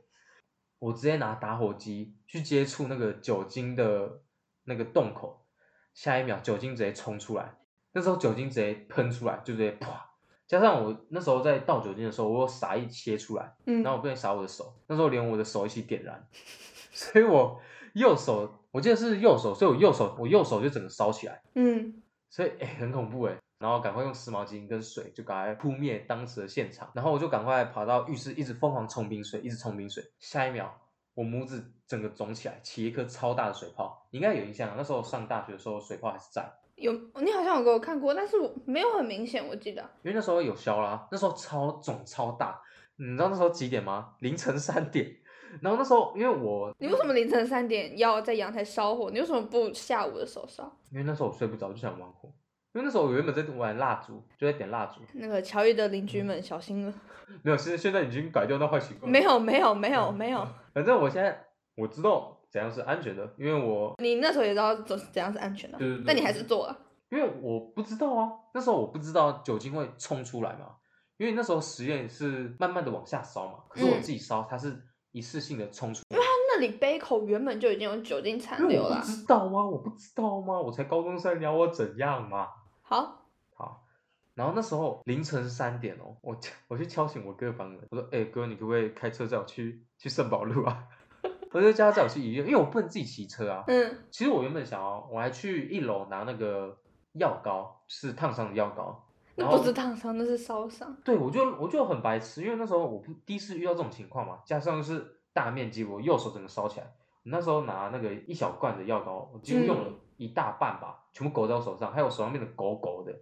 S2: 我直接拿打火机去接触那个酒精的那个洞口，下一秒酒精直接冲出来，那时候酒精直接喷出来，就直接啪，加上我那时候在倒酒精的时候，我有撒一些出来，
S1: 嗯
S2: 然，后我不能撒我的手，那时候连我的手一起点燃， 所以我右手，我记得是右手，所以我右手我右手就整个烧起来，
S1: 嗯，
S2: 所以哎、很恐怖哎，然后赶快用湿毛巾跟水就赶快扑灭当时的现场，然后我就赶快跑到浴室一直疯狂冲冰水，一直冲冰水，下一秒我拇指整个肿起来，起一颗超大的水泡，你应该有印象，那时候上大学的时候水泡还是在，
S1: 有你好像有给我看过，但是我没有很明显，我记得
S2: 因为那时候有消啦，那时候超肿超大，你知道那时候几点吗？凌晨三点，然后那时候因为我
S1: 你为什么凌晨三点要在阳台烧火？你为什么不下午的时候烧？
S2: 因为那时候我睡不着，就想玩火。因为那时候我原本在玩蜡烛，就在点蜡烛，
S1: 那个乔伊的邻居
S2: 嗯
S1: 们小心了，
S2: 没有，现在现在已经改掉那坏习 惯。
S1: 没，有没有没
S2: 嗯
S1: 有没有，
S2: 反正我现在我知道怎样是安全的，因为我
S1: 你那时候也知道怎怎样是安全的
S2: 对对对，
S1: 但你还是做了。
S2: 因为我不知道啊，那时候我不知道酒精会冲出来嘛，因为那时候实验是慢慢的往下烧嘛，可是我
S1: 嗯
S2: 自己烧，它是一次性的冲出来。
S1: 那里杯口原本就已经有酒精残
S2: 因为
S1: 留
S2: 我
S1: 了
S2: 不。知道啊，我不知道吗？我才高中生，你要我怎样嘛？
S1: 好，
S2: 好，然后那时候凌晨三点哦，我敲我去敲醒我哥房门，我说：“哎、哥，你可不可以开车载我去去圣保路啊？” 我就叫他载我去医院，因为我不能自己骑车啊。
S1: 嗯
S2: 其实我原本想要，我还去一楼拿那个药膏，是烫伤的药膏。
S1: 那
S2: 然
S1: 不
S2: 后
S1: 是烫伤，那是烧伤。
S2: 对，我就我就很白痴，因为那时候我不第一次遇到这种情况嘛，加上是大面积，我右手整个烧起来。我那时候拿那个一小罐的药膏，我几乎用了一大半吧，全部狗在我手上，还有我手上变得狗狗的。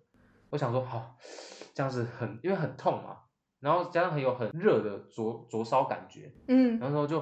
S2: 我想说，好、这样子很因为很痛嘛，然后加上很有很热的灼灼烧感觉，
S1: 嗯，
S2: 然后就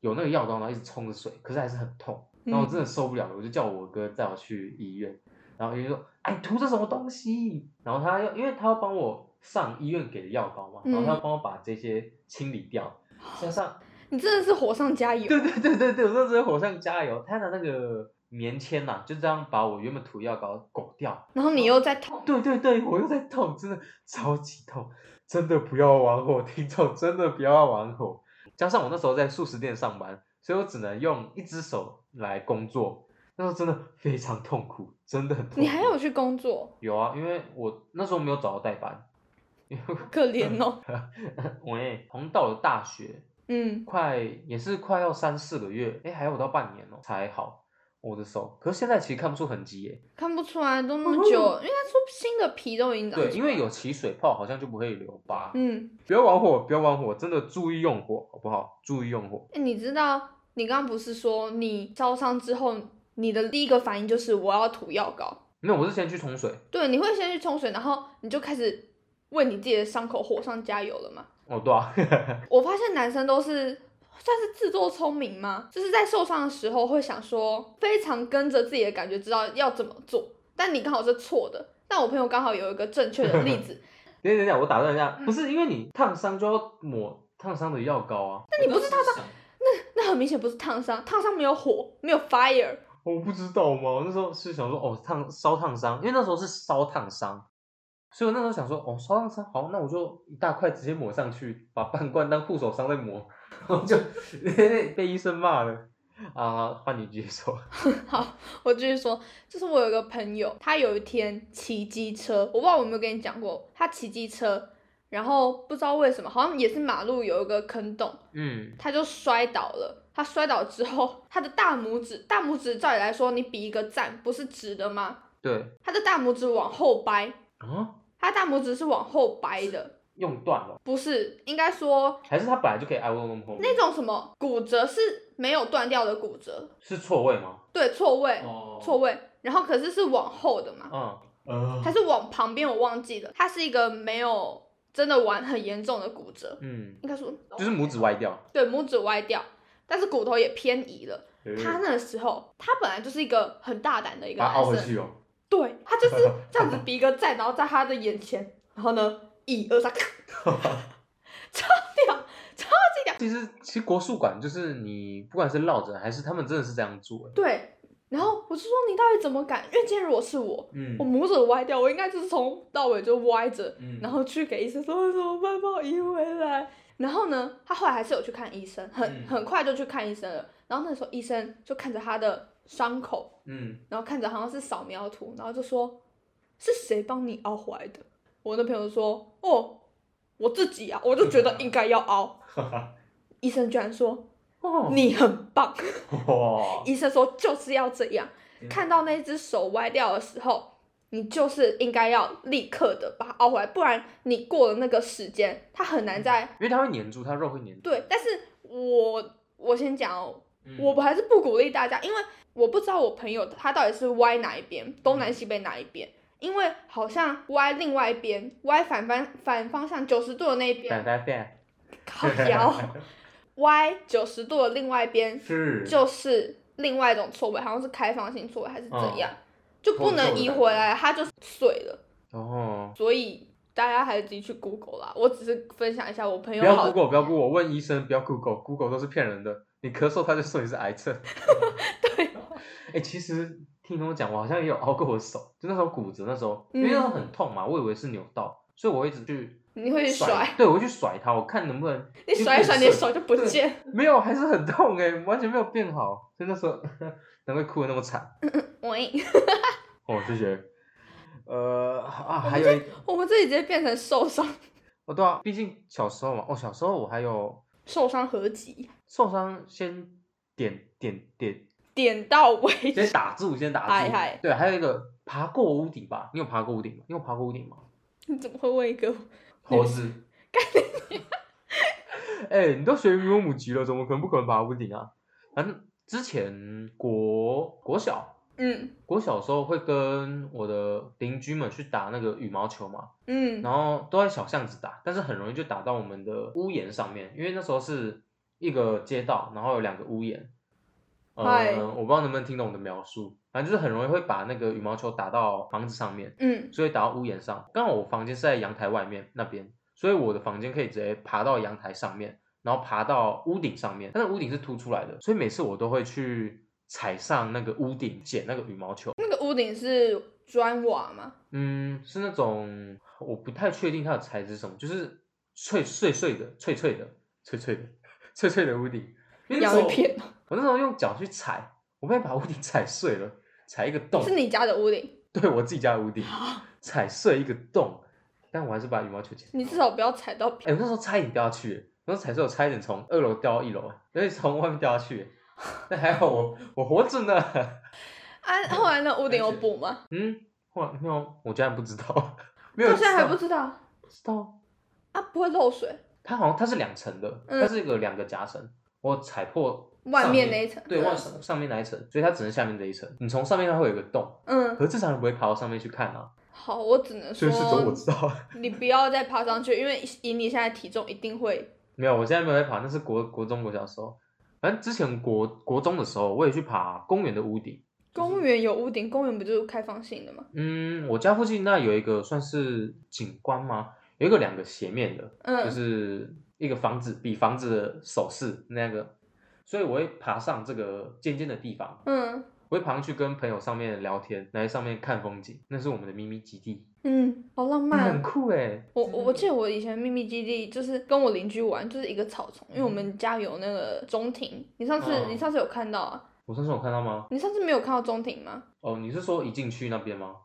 S2: 有那个药膏，然后一直冲着水，可是还是很痛。
S1: 嗯
S2: 然后我真的受不了了，我就叫我哥带我去医院。然后医院说：“哎，涂这什么东西？”然后他要，因为他要帮我上医院给的药膏嘛，然后他要帮我把这些清理掉。加上，
S1: 你真的是火上加油。
S2: 对对对对对，我那时候火上加油。他拿那个棉签呐、就这样把我原本涂药膏裹掉。
S1: 然后你又在痛，
S2: 对对对，我又在痛，真的超级痛，真的不要玩火，听众真的不要玩火。加上我那时候在素食店上班，所以我只能用一只手来工作，那时候真的非常痛苦，真的很痛苦。
S1: 你还有去工作，
S2: 有啊？因为我那时候没有找到代班， 因为
S1: 好可怜哦。
S2: 我也好像到了大学，
S1: 嗯，
S2: 快也是快要三四个月，哎，还有到半年哦才好我的手。可是现在其实看不出痕迹耶，
S1: 看不出来都那么久，因为他说新的皮都已经长出
S2: 嗯对，
S1: 来。
S2: 因为有起水泡，好像就不会留疤。
S1: 嗯，
S2: 不要玩火，不要玩火，真的注意用火，好不好？注意用火。
S1: 哎，你知道你刚刚不是说你烧伤之后，你的第一个反应就是我要涂药膏？
S2: 没有，我是先去冲水。
S1: 对，你会先去冲水，然后你就开始为你自己的伤口火上加油了嘛？
S2: 哦，对啊，
S1: 我发现男生都是算是自作聪明吗？就是在受伤的时候会想说，非常跟着自己的感觉，知道要怎么做。但你刚好是错的。但我朋友刚好有一个正确的例子，
S2: 等一下等一下，我打断一
S1: 嗯
S2: 下，不是因为你烫伤就要抹烫伤的药膏啊？那
S1: 你不是
S2: 烫伤？
S1: 那很明显不是烫伤，烫伤没有火，没有 fire。
S2: 我不知道嘛，我那时候是想说，哦，烫烧烫伤，因为那时候是烧烫伤，所以我那时候想说，哦，烧烫伤，好，那我就一大块直接抹上去，把半罐当护手霜在抹， 然后就被医生骂了啊。换你接受，
S1: 我继续说，就是我有一个朋友，他有一天骑机车，我不知道我有没有跟你讲过，他骑机车，然后不知道为什么，好像也是马路有一个坑洞，
S2: 嗯，
S1: 他就摔倒了。他摔倒之后，他的大拇指，大拇指照理来说，你比一个赞，不是直的吗？
S2: 对
S1: 他的大拇指往后掰，
S2: 啊，
S1: 他大拇指是往后掰的，
S2: 用断了，
S1: 不是，应该说
S2: 还是他本来就可以挨问问后面
S1: 那种什么骨折是没有断掉的骨折，
S2: 是错位吗？
S1: 对，错位，
S2: 哦
S1: 错位，然后可是是往后的嘛，
S2: 嗯，呃
S1: 还是往旁边，我忘记了，他是一个没有真的完很严重的骨折，
S2: 嗯，
S1: 应该说
S2: 就是拇指，歪掉，
S1: 对，拇指歪掉，但是骨头也偏移了。他那个时候，他本来就是一个很大胆的一个
S2: 嗯把它
S1: 男
S2: 凹回
S1: 生，
S2: 去哦。
S1: 对他就是这样子比一个赞，然后在他的眼前，然后呢，一二三， 咔超屌，超级屌，
S2: 其实，其实国术馆就是你不管是绕着还是他们真的是这样做，哎
S1: 对。然后我就说你到底怎么敢？因为今天如果是我，
S2: 嗯
S1: 我拇指歪掉，我应该就是从到尾就歪着，
S2: 嗯
S1: 然后去给医生说怎么办，帮我移回来。然后呢，他后来还是有去看医生，很、
S2: 嗯
S1: 很快就去看医生了。然后那时候医生就看着他的伤口，
S2: 嗯，
S1: 然后看着好像是扫描图，然后就说是谁帮你凹回来的？我那朋友说哦，我自己啊，我就觉得应该要凹。
S2: 哈哈，
S1: 医生居然说
S2: 哦，
S1: 你很棒，
S2: 哇，
S1: 医生说就是要这样。看到那只手歪掉的时候，你就是应该要立刻的把它凹回来，不然你过了那个时间，它很难再
S2: 因为它会粘住，它肉会粘住。
S1: 对。但是我我先讲哦，
S2: 嗯，
S1: 我还是不鼓励大家，因为我不知道我朋友他到底是歪哪一边，东南西北哪一边，因为好像歪另外一边，歪反方反方向九十度的那一边，
S2: 反反反，
S1: 靠腰。 Y 九十度的另外一边
S2: 是
S1: 就是另外一种错位，好像是开放性错位还是怎样，
S2: 嗯
S1: 就不能移回来，它就碎了。
S2: 哦，
S1: 所以大家还是自己去 Google 啦。我只是分享一下我朋
S2: 不
S1: 友
S2: 要
S1: 好
S2: Google，不要 Google，我问医生，不要 Google，Google 都是骗人的。你咳嗽，他就说你是癌症。
S1: 对，
S2: 哎、其实听他们讲，我好像也有凹过我手，就那时候骨折，那时候因为
S1: 嗯
S2: 那时候很痛嘛，我以为是扭到，所以我一直去
S1: 你会去
S2: 甩
S1: 甩，，
S2: 对我会去甩它，我看能不能
S1: 你甩一甩，你的
S2: 变顺
S1: 手就不见。
S2: 没有，还是很痛哎、完全没有变好，所以那时候 难怪哭的那么惨。
S1: 喂，
S2: 哦，谢谢。呃啊，还有一
S1: 我们这里直接变成受伤
S2: 哦，对啊，毕竟小时候嘛，哦，小时候我还有
S1: 受伤合集，
S2: 受伤，先点点点，
S1: 点到为
S2: 先
S1: 止。
S2: 打住，先打住。
S1: 嗨嗨
S2: 对，还有一个爬过屋顶吧，你有爬过屋顶吗？你有爬过屋顶吗？
S1: 你 怎么会问一个？
S2: 猴子。 哎、你都学渔翁母鸡了，怎么可能不可能爬屋顶啊？反正之前国国小
S1: 嗯
S2: 国小的时候会跟我的邻居们去打那个羽毛球嘛，
S1: 嗯
S2: 然后都在小巷子打，但是很容易就打到我们的屋檐上面，因为那时候是一个街道，然后有两个屋檐。
S1: 嗨
S2: 呃，我不知道能不能听懂我的描述，反正就是很容易会把那个羽毛球打到房子上面。
S1: 嗯，
S2: 所以打到屋檐上。刚好我房间是在阳台外面那边，所以我的房间可以直接爬到阳台上面，然后爬到屋顶上面。但是屋顶是凸出来的，所以每次我都会去踩上那个屋顶捡那个羽毛球。
S1: 那个屋顶是砖瓦吗？
S2: 嗯，是那种我不太确定它的材质是什么，就是脆碎碎的、脆脆的、脆脆的、脆脆的屋顶。因为那
S1: 洋
S2: 时候
S1: 芋片哦
S2: 我那时候用脚去踩，我被把屋顶踩碎了，踩一个洞。
S1: 是你家的屋顶，
S2: 对我自己家的屋顶踩碎一个洞，但我还是把羽毛球捡。
S1: 你至少不要踩到别
S2: 哎、我那时候差一点掉下去，我那时候踩碎，我差一点从二楼掉到一楼，有点从外面掉下去。但还好我我活着呢。 哎
S1: 啊。后来那屋顶有补吗？
S2: 嗯，后来没有，我竟然不知道， 没有
S1: 到
S2: 人
S1: 现在
S2: 知道。
S1: 还不知道
S2: 知道，
S1: 啊，不会漏水。
S2: 它好像它是两层的，
S1: 嗯
S2: 它是一个两个夹层，我踩破
S1: 外
S2: 上
S1: 面那一层
S2: 对，
S1: 嗯
S2: 外上上面那一层，所以它只能下面这一层。你从上面它会有一个洞，
S1: 嗯，
S2: 可是正常人不会爬到上面去看啊。
S1: 好，我只能
S2: 所以是走我
S1: 说
S2: 知道。
S1: 你不要再爬上去，因为以你现在体重一定会
S2: 没有，我现在没有在爬，那是国国中国小的时候。反正之前国国中的时候，我也去爬公园的屋顶。
S1: 公园有屋顶，公园不就是开放性的吗？
S2: 嗯，我家附近那有一个算是景观吗？有一个两个斜面的，就
S1: 嗯，
S2: 是一个房子比房子的手势那个，所以我会爬上这个尖尖的地方，
S1: 嗯
S2: 我会爬上去跟朋友上面聊天，来上面看风景，那是我们的秘密基地，
S1: 嗯，好浪
S2: 那很
S1: 漫。
S2: 酷哎。
S1: 我我我记得我以前秘密基地就是跟我邻居玩，就是一个草丛，因为我们家有那个中庭。你上次、
S2: 嗯哦
S1: 你上次有看到啊？
S2: 我上次有看到吗？
S1: 你上次没有看到中庭吗？
S2: 哦，你是说一进去那边吗？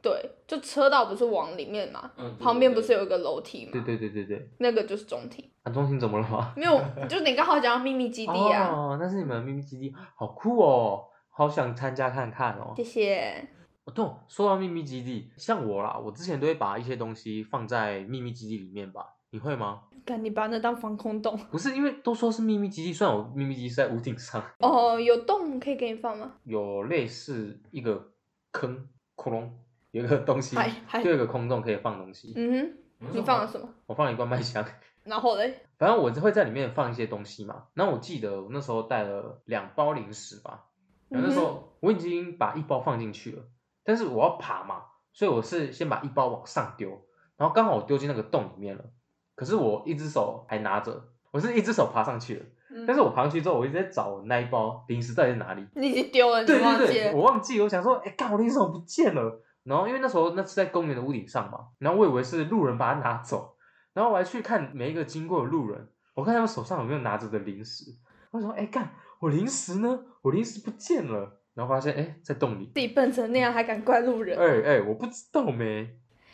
S1: 对，就车道不是往里面嘛，
S2: 嗯
S1: 旁边不是？有一个楼梯嘛？
S2: 对对对对对，
S1: 那个就是中庭。
S2: 韩中心怎么了吗？
S1: 没 有，就你刚好讲到秘密基地啊。
S2: 哦，那是你们的秘密基地，好酷哦，好想参加看看哦。
S1: 谢谢。
S2: 哦，对，说到秘密基地，像我啦，我之前都会把一些东西放在秘密基地里面吧。你会吗？
S1: 看你把那当防空洞
S2: 不是，因为都说是秘密基地，虽然我秘密基地是在屋顶上，
S1: 哦，有洞可以给你放吗？
S2: 有类似一个坑，窟窿，有一个东西，
S1: 还还
S2: 就有一个空洞可以放东西。
S1: 哎嗯哼，你放了什么？
S2: 我放了一罐麦香，
S1: 然后嘞，
S2: 反正我会在里面放一些东西嘛。然后我记得我那时候带了两包零食吧，然后那
S1: 嗯
S2: 时候我已经把一包放进去了，但是我要爬嘛，所以我是先把一包往上丢，然后刚好我丢进那个洞里面了，可是我一只手还拿着，我是一只手爬上去了，
S1: 嗯
S2: 但是我爬上去之后，我一直在找我那一包零食到底在哪里，
S1: 你已经丢了，你
S2: 对
S1: 忘
S2: 对
S1: 记
S2: 对，
S1: 了。
S2: 我忘记，我想说，哎，干我零食怎么不见了？然后因为那时候那是在公园的屋顶上嘛，然后我以为是路人把它拿走，然后我还去看每一个经过的路人，我看他们手上有没有拿着的零食，我想说，哎，干我零食呢？我零食不见了，然后发现，哎，在洞里。
S1: 自己笨成那样，还敢怪路 人？
S2: 哎哎，我不知道没，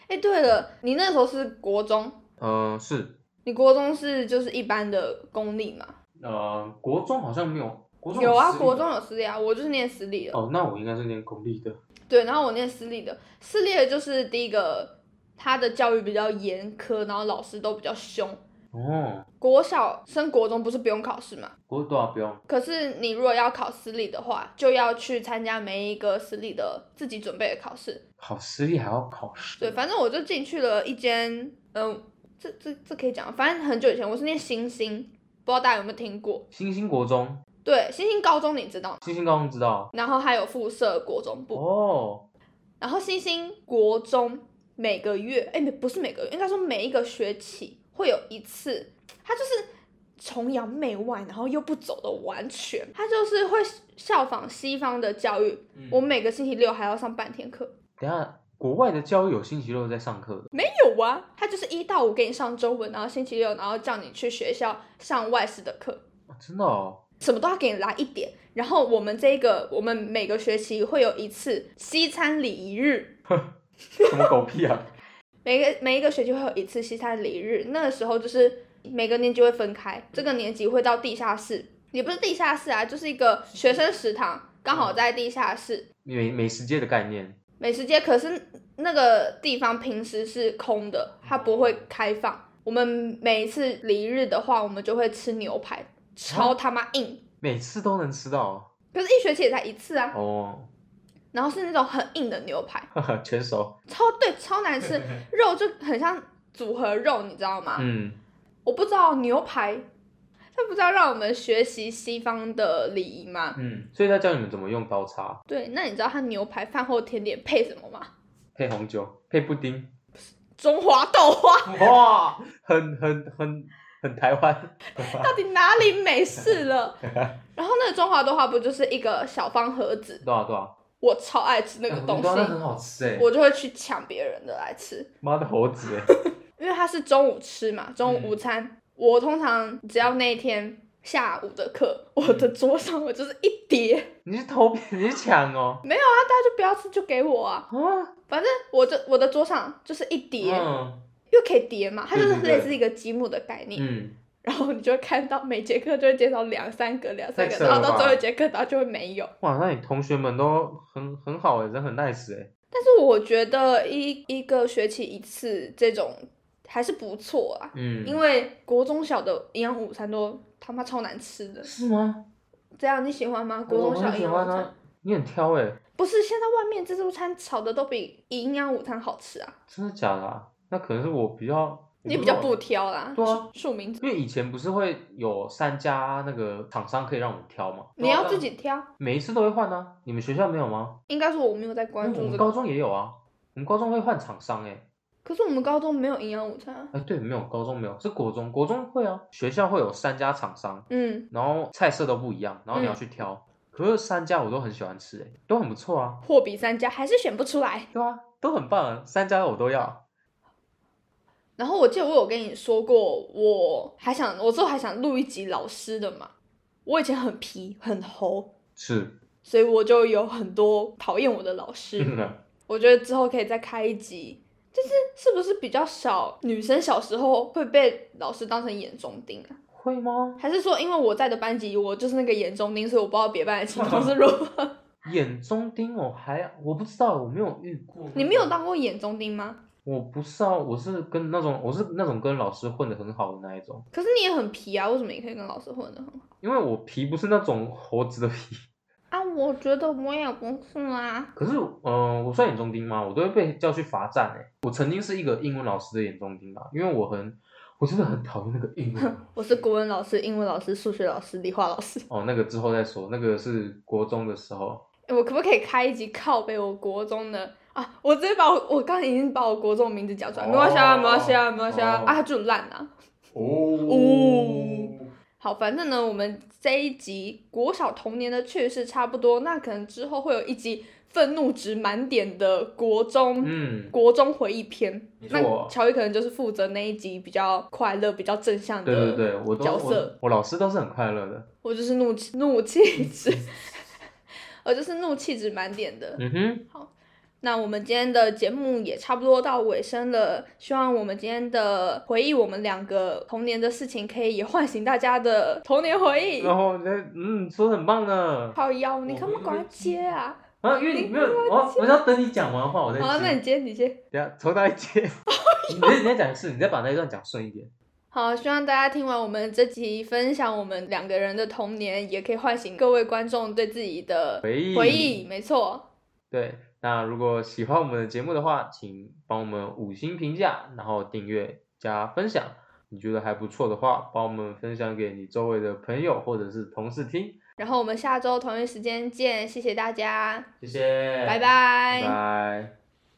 S1: 哎，对了，你那时候是国中，
S2: 嗯、是，
S1: 你国中是就是一般的公立嘛？
S2: 呃，国中好像没有，国中
S1: 有啊，
S2: 哦私立
S1: 国中有私立啊，我就是念私立的。
S2: 哦，那我应该是念公立的，
S1: 对，然后我念私立的，私立的就是第一个，他的教育比较严苛，然后老师都比较凶。
S2: 哦，
S1: 国小升国中不是不用考试嘛？
S2: 国多少不用，
S1: 可是你如果要考私立的话，就要去参加每一个私立的自己准备的考试。
S2: 考私立还要考试，
S1: 对，反正我就进去了一间，嗯，这这这可以讲，反正很久以前我是念星星，不知道大家有没有听过？
S2: 星星国中，
S1: 对，星星高中你知道吗，
S2: 星星高中知道
S1: 然后还有附设国中部，
S2: 哦，
S1: 然后星星国中每个月，哎，没不是每个月，应该说每一个学期会有一次，他就是崇洋媚外，然后又不走的完全，他就是会效仿西方的教育。
S2: 嗯
S1: 我每个星期六还要上半天课，
S2: 等一下国外的教育有星期六在上课的，
S1: 没有啊，他就是一到五给你上中文，然后星期六然后叫你去学校上外事的课，
S2: 哦真的哦，
S1: 什么都要给你来一点。然后我们这个，我们每个学期会有一次西餐礼仪日，
S2: 什么狗屁啊！
S1: 每个每一个学期会有一次西餐礼日，那个时候就是每个年级会分开，这个年级会到地下室，也不是地下室啊，就是一个学生食堂，刚好在地下室
S2: 美美食街的概念，
S1: 美食街，可是那个地方平时是空的，它不会开放。我们每一次礼日的话，我们就会吃牛排，超他妈硬，
S2: 每次都能吃到
S1: 可是一学期也才一次啊，
S2: 哦，
S1: 然后是那种很硬的牛排，
S2: 哈哈， 全熟，
S1: 超对超难吃，肉就很像组合肉，你知道吗？
S2: 嗯，
S1: 我不知道牛排，他不知道让我们学习西方的礼仪吗？
S2: 嗯，所以他教你们怎么用刀叉，
S1: 对，那你知道他牛排饭后甜点配什么吗？
S2: 配红酒，配布丁，
S1: 中华豆花，
S2: 哇，很很很很台湾，
S1: 到底哪里美式了？然后那个中华豆花不就是一个小方盒子？
S2: 多少多少，
S1: 我超爱 吃那
S2: 哎
S1: 个
S2: 我
S1: 东
S2: 觉得那啊很
S1: 西，
S2: 好吃哎，
S1: 我就会去抢别人的来吃，
S2: 妈的猴子哎，
S1: 因为它是中午吃嘛，中
S2: 嗯
S1: 午午餐。我通常只要那一天下午的课，我的桌上我就是一碟，
S2: 你是偷别人，你是 抢哦，
S1: 那大家就不要吃，就给我啊。
S2: 啊，
S1: 反正我这我的桌上就是一碟，
S2: 嗯
S1: 又可以叠嘛，它就是
S2: 对对对
S1: 类似一个积木的概念。
S2: 嗯，
S1: 然后你就会看到每节课就会介绍两三个、两三个，
S2: 太扯了
S1: 然后到
S2: 吧
S1: 最后一节课，然后就会没有。
S2: 哇，那你同学们都很很好哎，人很 nice 哎，
S1: 但是我觉得一一个学期一次这种还是不错啊，
S2: 嗯，
S1: 因为国中小的营养午餐都他妈超难吃的。
S2: 是吗？
S1: 这样你喜欢吗？国
S2: 哦我
S1: 中小
S2: 很
S1: 营
S2: 喜
S1: 养
S2: 欢
S1: 午餐
S2: 啊，你很挑哎，
S1: 不是现在外面自助餐炒的都比营养午餐好吃啊，
S2: 真的假的啊？那可能是我比较，
S1: 你比较
S2: 我
S1: 不
S2: 知道，
S1: 挑啦。
S2: 对啊
S1: 庶民，
S2: 因为以前不是会有三家那个厂商可以让我们挑吗？
S1: 你要自己挑。
S2: 每一次都会换啊，你们学校没有吗？
S1: 应该说我没有在关
S2: 我
S1: 注
S2: 们
S1: 这
S2: 高
S1: 个，
S2: 中也有啊，我们高中会换厂商哎、
S1: 可是我们高中没有营养午餐啊。
S2: 哎、对，没有高中没有，是国中，国中会啊，学校会有三家厂商，
S1: 嗯，
S2: 然后菜色都不一样，然后你要去挑。可是三家我都很喜欢吃、哎，都很不错啊，
S1: 货比三家还是选不出来。
S2: 对啊，都很棒啊，三家我都要。
S1: 然后我记得我有跟你说过，我还想，我之后还想录一集老师的嘛。我以前很皮很猴，
S2: 是，
S1: 所以我就有很多讨厌我的老
S2: 嗯
S1: 师。 我觉得之后可以再开一集，就是是不是比较少女生小时候会被老师当成眼中钉啊？
S2: 会吗？
S1: 还是说因为我在的班级我就是那个眼中钉，所以我不知道别班的情况是如何？
S2: 眼中钉我还我不知道，我没有遇过。
S1: 你没有？当过眼中钉吗？
S2: 我不是啊，我是跟那种我是那种跟老师混的很好的那一种，
S1: 可是你也很皮啊，为什么你可以跟老师混得很好
S2: 因为我皮不是那种猴子的皮。
S1: 啊？我觉得我也不是啊。
S2: 可是，嗯、我算眼中钉吗？我都会被叫去罚站哎、我曾经是一个英文老师的眼中钉啊，因为我很，我真的很讨厌那个英文
S1: 我是国文老师、英文老师、数学老师、理化老师。
S2: 哦。那个之后再说，那个是国中的时候，
S1: 诶哎我可不可以开一集靠背我国中的啊？我直接把我我刚刚已经把我国中的名字讲出来，没关系啊，没关系啊，没关系啊
S2: 哦，
S1: 啊，它就很烂啊。
S2: 哦，
S1: 哦好，反正呢，我们这一集国小童年的趣事差不多，那可能之后会有一集愤怒值满点的国中。
S2: 嗯，
S1: 国中回忆篇，
S2: 没错
S1: 那乔伊可能就是负责那一集比较快乐、比较正向的
S2: 对对对，我都
S1: 角
S2: 我
S1: 色
S2: 我老师都是很快乐的，
S1: 我就是怒气怒气值，我就是怒气值满点的。
S2: 嗯哼，
S1: 那我们今天的节目也差不多到尾声了，希望我们今天的回忆我们两个童年的事情，可以也唤醒大家的童年回忆。
S2: 然后那嗯，说的很棒呢，
S1: 好腰，你
S2: 我
S1: 干嘛
S2: 会
S1: 赶快接啊？
S2: 啊，因为你没有，我我要等你讲完话，我再
S1: 好，啊那你
S2: 接，
S1: 接，你接。
S2: 等下从哪里 接？你你再讲一次，你再把那一段讲顺一点，
S1: 好，希望大家听完我们这集分享我们两个人的童年，也可以唤醒各位观众对自己的
S2: 回忆
S1: 回忆。没错，
S2: 对，那如果喜欢我们的节目的话，请帮我们五星评价，然后订阅加分享。你觉得还不错的话，帮我们分享给你周围的朋友或者是同事听。
S1: 然后我们下周同一时间见，谢谢大家，
S2: 谢谢，
S1: 拜
S2: 哎拜拜。